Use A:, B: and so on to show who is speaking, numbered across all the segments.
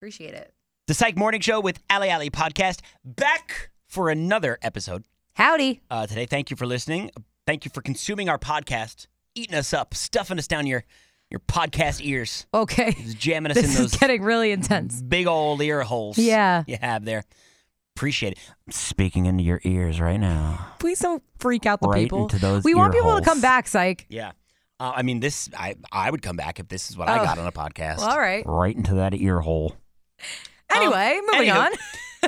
A: Appreciate it.
B: The Psych Morning Show with Ali Ali Podcast back for another episode
A: Howdy.
B: uh, today. Thank you for listening. Thank you for consuming our podcast, eating us up, stuffing us down your your podcast ears,
A: Okay.
B: just jamming us
A: This
B: in
A: is
B: those
A: getting really intense.
B: big old ear holes.
A: Yeah.
B: you have there. Appreciate it. I'm speaking into your ears right now.
A: Please don't freak out the
B: Right
A: people.
B: into those
A: we want
B: ear
A: people to come
B: holes.
A: back, psych.
B: Yeah. Uh, I mean, this I I would come back if this is what I
A: Oh.
B: got on a podcast.
A: Well, all right.
B: right into that ear hole. Oh,
A: Anyway, moving
B: anywho.
A: on.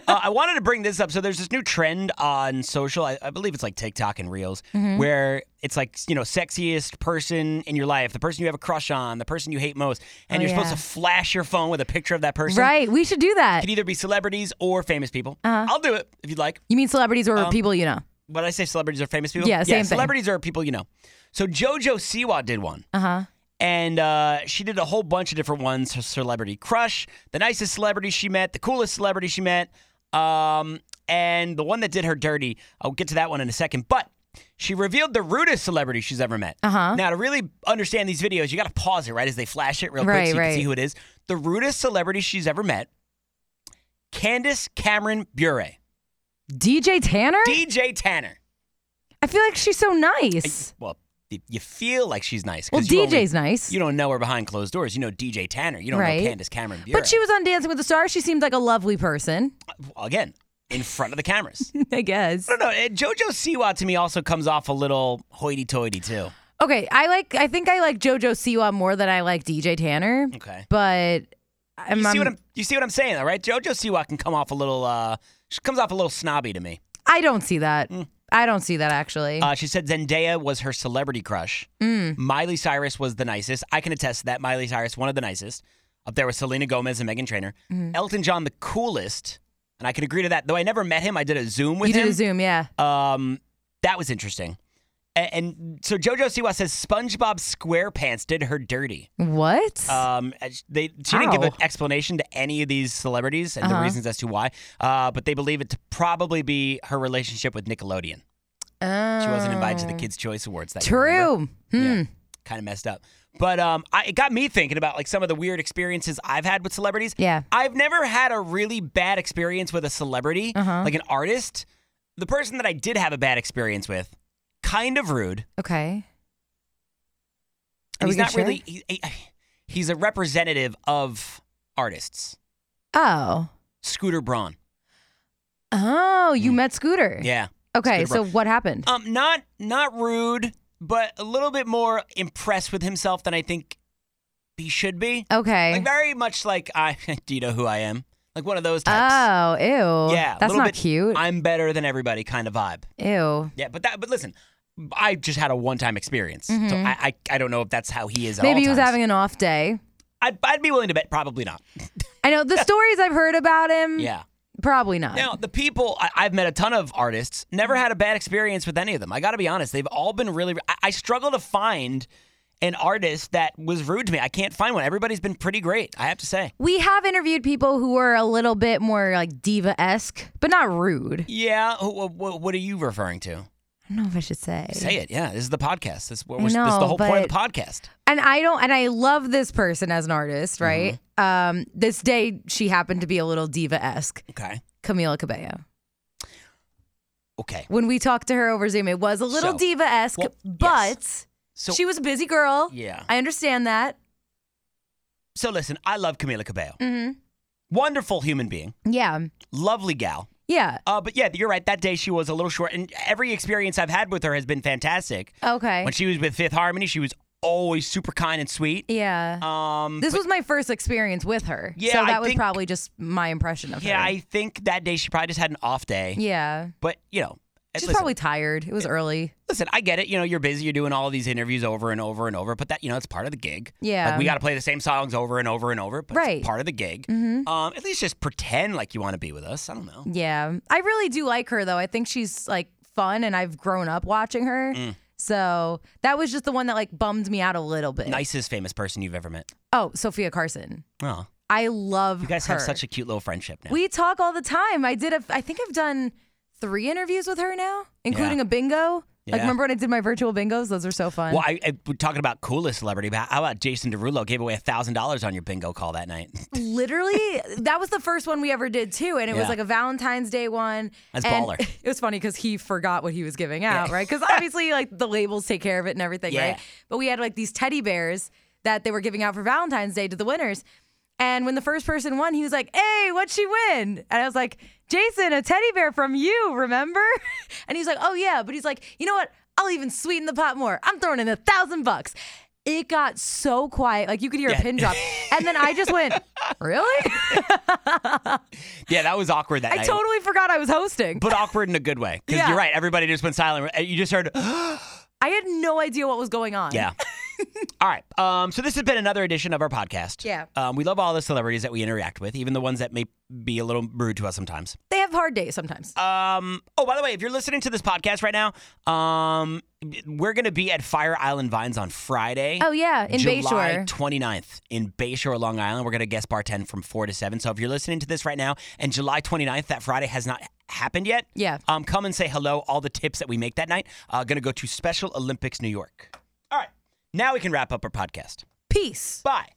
B: uh, I wanted to bring this up. So there's this new trend on social. I, I believe it's like TikTok and Reels,
A: Mm-hmm.
B: where it's like you know, sexiest person in your life, the person you have a crush on, the person you hate most, and
A: Oh,
B: you're supposed
A: yeah.
B: to flash your phone with a picture of that person.
A: Right. Uh-huh. We should do that.
B: Could either be celebrities or famous people. I'll do it if you'd like.
A: You mean celebrities
B: Um,
A: or people you know?
B: But I say celebrities are famous people.
A: Yeah, same thing.
B: Celebrities are people you know. So JoJo Siwa did one. Uh
A: Uh-huh.
B: huh. And uh, she did a whole bunch of different ones: her celebrity crush, the nicest celebrity she met, the coolest celebrity she met, um, and the one that did her dirty. I'll get to that one in a second. But she revealed the rudest celebrity she's ever met. Uh-huh. Now, to really understand these videos, you got to pause it right as they flash it real quick,
A: Right,
B: so you
A: right.
B: can see who it is. The rudest celebrity she's ever met: Candace Cameron Bure,
A: DJ Tanner?
B: DJ Tanner.
A: I feel like she's so nice.
B: Well, y- you feel like she's nice.
A: Well,
B: 'cause you only-
A: DJ's nice.
B: You don't know her behind closed doors. You know DJ Tanner. You don't
A: Right.
B: know Candace Cameron Bure.
A: but she was on Dancing with the Stars. She seemed like a lovely person,
B: again in front of the cameras. I
A: I guess.
B: don't know. eh, JoJo Siwa to me also comes off a little hoity-toity too.
A: Okay, I like. I think I like JoJo Siwa more than I like DJ Tanner.
B: Okay.
A: But I'm,
B: Mm. You see
A: I'm-
B: what I'm? You see what I'm saying, all right? JoJo Siwa can come off a little. Uh, she comes off a little snobby to me.
A: I don't see that. I don't see that actually.
B: Mm. Uh, she said Zendaya was her celebrity crush.
A: Mm.
B: Miley Cyrus was the nicest. I can attest to that. Miley Cyrus, one of the nicest. Up there with Selena Gomez and Megan Trainor.
A: Mm-hmm.
B: Elton John, the coolest. And I can agree to that. Though I never met him, I did a Zoom with
A: you
B: him.
A: did a Zoom, yeah.
B: Um, that was interesting. And, and so JoJo Siwa says SpongeBob SquarePants did her dirty.
A: What?
B: Um, and they she didn't give
A: Ow.
B: an explanation to any of these celebrities and
A: Uh-huh.
B: the reasons as to why. Uh, but they believe it to probably be her relationship with Nickelodeon. Uh, She wasn't invited to the Kids Choice Awards. That year, remember?
A: Oh. True. Hmm.
B: Yeah, kind of messed up. But um, I, it got me thinking about like some of the weird experiences I've had with celebrities.
A: Yeah.
B: I've never had a really bad experience with a celebrity,
A: Uh-huh.
B: like an artist. The person that I did have a bad experience with, kind of rude.
A: Okay.
B: And
A: Are we
B: he's
A: gonna
B: not really. He, he- he's a representative of artists.
A: Oh.
B: Scooter Braun.
A: Oh, you met Scooter.
B: Hmm. Yeah.
A: Okay,
B: Scooter
A: so
B: Braun.
A: what happened?
B: Um, not not rude, but a little bit more impressed with himself than I think he should be.
A: okay.
B: Uh, Like very much like I do you know who I am? Like one of those types.
A: oh, ew.
B: yeah, a
A: That's
B: little
A: not
B: bit,
A: cute.
B: I'm better than everybody kind of vibe.
A: ew.
B: Yeah, but that but listen, I just had a one time experience, so I, I I don't know if that's how he is. At all
A: Mm-hmm. Maybe he was
B: times.
A: having an off day.
B: I'd, I'd be willing to bet probably not.
A: I know the stories I've heard about him.
B: Yeah.
A: Probably not.
B: Now the people I, I've met a ton of artists. Never
A: Mm-hmm.
B: had a bad experience with any of them. I got to be honest. They've all been really. I, I struggle to find an artist that was rude to me. I can't find one. Everybody's been pretty great. I have to say.
A: We have interviewed people who were a little bit more like diva esque, but not rude.
B: Yeah. Wh- wh- what are you referring to?
A: I don't know if I should say.
B: Say it. Yeah, this is the podcast. This, we're,
A: I
B: we're- this is the
A: know,
B: whole point of the podcast.
A: And I don't, and I love this person as an artist,
B: Mm-hmm.
A: right? Um, this day she happened to be a little diva esque,
B: Okay.
A: Camila Cabello.
B: Okay.
A: When we talked to her over Zoom, it was a little
B: So-
A: diva esque,
B: well, yes.
A: but
B: So
A: she was a busy girl.
B: Yeah.
A: I understand that.
B: so listen, I love Camila Cabello. Mm-hmm. Wonderful human being,
A: Yeah,
B: lovely gal.
A: yeah,
B: Uh, but yeah, you're right. That day she was a little short, and every experience I've had with her has been fantastic.
A: okay,
B: When she was with Fifth Harmony, she was always super kind and sweet.
A: yeah.
B: Um,
A: this was my first experience with her,
B: Yeah,
A: so
B: I
A: that was
B: think-
A: probably just my impression of
B: yeah,
A: her.
B: I think that day she probably just had an off day.
A: yeah,
B: But you know,
A: she's
B: listen,
A: probably tired. It was early.
B: listen, I get it. You know, you're busy. You're doing all these interviews over and over and over. But that, you know, it's part of the gig.
A: Yeah.
B: like we got to play the same songs over and over and over. But
A: Right. Mm-hmm.
B: it's part of the gig. Um, at least just pretend like you want to be with us. I don't know.
A: Yeah. I really do like her though. I think she's like fun and I've grown up watching her.
B: Mm.
A: So that was just the one that like bummed me out a little bit.
B: Nicest famous person you've ever met.
A: Oh, Sophia Carson.
B: Oh,
A: I love
B: you guys
A: her.
B: have such a cute little friendship now.
A: We talk all the time. I did a I think I've done 3 interviews with her now, including a bingo. Like
B: Yeah.
A: remember when I did my virtual bingos? Those are so fun.
B: Well, I, I, we're talking about coolest celebrity, but how about Jason Derulo gave away thousand dollars on your bingo call that night?
A: Literally, that was the first one we ever did too, and it was
B: Yeah.
A: like a Valentine's Day one.
B: That's
A: and
B: baller.
A: It was funny because he forgot what he was giving out, right? Because obviously, like the labels take care of it and everything,
B: Yeah.
A: right? But we had like these teddy bears that they were giving out for Valentine's Day to the winners. And when the first person won, he was like, "Hey, what'd she win?" And I was like, "Jason, a teddy bear from you, remember?" And he's like, "Oh yeah," but he's like, "You know what? I'll even sweeten the pot more. I'm throwing in a thousand bucks." It got so quiet, like you could hear a
B: Yeah.
A: pin drop, and then I just went, "Really?"
B: yeah, that was awkward that
A: I
B: night.
A: totally forgot I was hosting.
B: but awkward in a good way. Because
A: Yeah.
B: you're right. Everybody just went silent. Uh, You just heard,
A: I had no idea what was going on.
B: yeah. all right. Um, so this has been another edition of our podcast.
A: Yeah.
B: Um, we love all the celebrities that we interact with, even the ones that may be a little rude to us sometimes.
A: They have hard days sometimes.
B: Um, oh, by the way, if you're listening to this podcast right now, um, we're going to be at Fire Island Vines on Friday.
A: oh, yeah, in
B: July
A: Bayshore.
B: 29th in Bayshore, Long Island. We're going to guest bartend from 4 to 7. So if you're listening to this right now and July 29th, that Friday has not happened yet,
A: Yeah.
B: um, come and say hello. All the tips that we make that night are going to go to Special Olympics New York. All right. Now we can wrap up our podcast.
A: Peace.
B: Bye.